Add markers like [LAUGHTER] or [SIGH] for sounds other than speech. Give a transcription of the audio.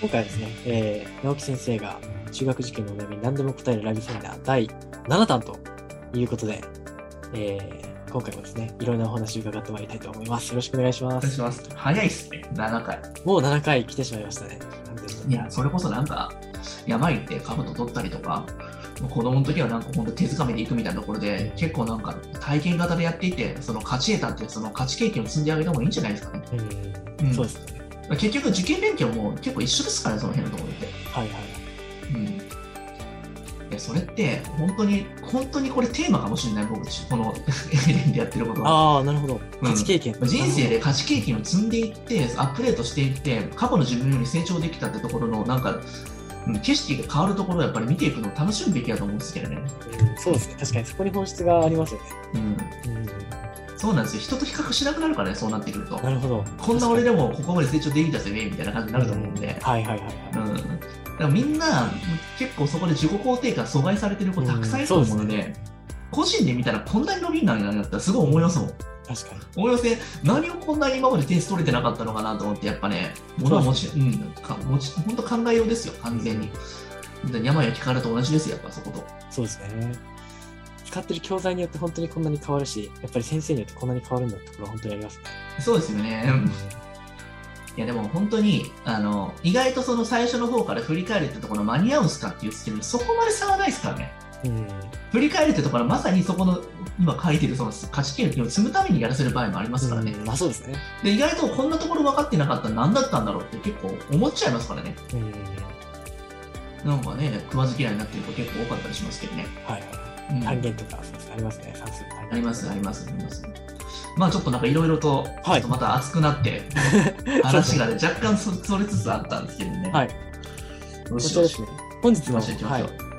今回はですね、えー、直樹先生が中学受験のお悩みに何でも答えるラリーセンター第7弾ということで、えー、今回もですね、いろんなお話を伺ってまいりたいと思います。よろしくお願いしまお願いしす。ます。早いっすね、7回。もう7回来てしまいましたね。完全にいや、それこそなんか、山行って兜取ったりとか、もう子供の時はなんか本当手づかみで行くみたいなところで、結構なんか体験型でやっていて、その勝ち得たっていう、その勝ち経験を積んであげた方がいいんじゃないですかね。うん、うんそうですね。結局、受験勉強も結構一緒ですからね、その辺のところって。はいはい。うん。いや、それって、本当に、本当にこれテーマかもしれない、僕、この [LAUGHS] エレンでやってることは。ああ、なるほど。勝ち経験。人生で勝ち経験を積んでいってアップデートしていって過去の自分より成長できたってところのなんか、うん、景色が変わるところをやっぱり見ていくのを楽しむべきだと思うんですけどね、うんそうですね。確かにそこに本質がありますよね。うん、うん、そうなんですよ人と比較しなくなるからねそうなってくるとなるほど。こんな俺でもここまで成長できたぜみたいな感じになると思うんで、はいはいはいはい。うん、だからみんな結構そこで自己肯定感阻害されてる子たくさんいると思うので,、うん個人で見たらこんなに伸びんなんだなってすごい思いますもん確かに。思いません何をこんなに今まで点数取れてなかったのかなと思ってやっぱね物は持ちうんか持ち本当考えようですよ完全に山や聞かれと同じですよやっぱそことそうですね。使ってる教材によって本当にこんなに変わるし、やっぱり先生によってこんなに変わるんだってところは本当にありますね。そうですよねいやでも本当にあの意外とその最初の方から振り返るってところ間に合うんすかって言ってるそこまで差はないですからねうん。振り返るってところはまさにそこの今書いてるその勝ち権を積むためにやらせる場合もありますからね、うんまあそうですね。で意外とこんなところ分かってなかったら何だったんだろうって結構思っちゃいますからねうん。なんかね、食わず嫌いになってる子結構多かったりしますけどね。はい。うん単元とか、そうですねありますね。算数の単元あります、あります、あります。まあちょっとなんかいろいろはと、いちょっとまた熱くな [LAUGHS] って、話がね、若干そそれつつあったんですけどね。はい。どうこしちよらうですね。本日の、どうしよう行きまはしいょう、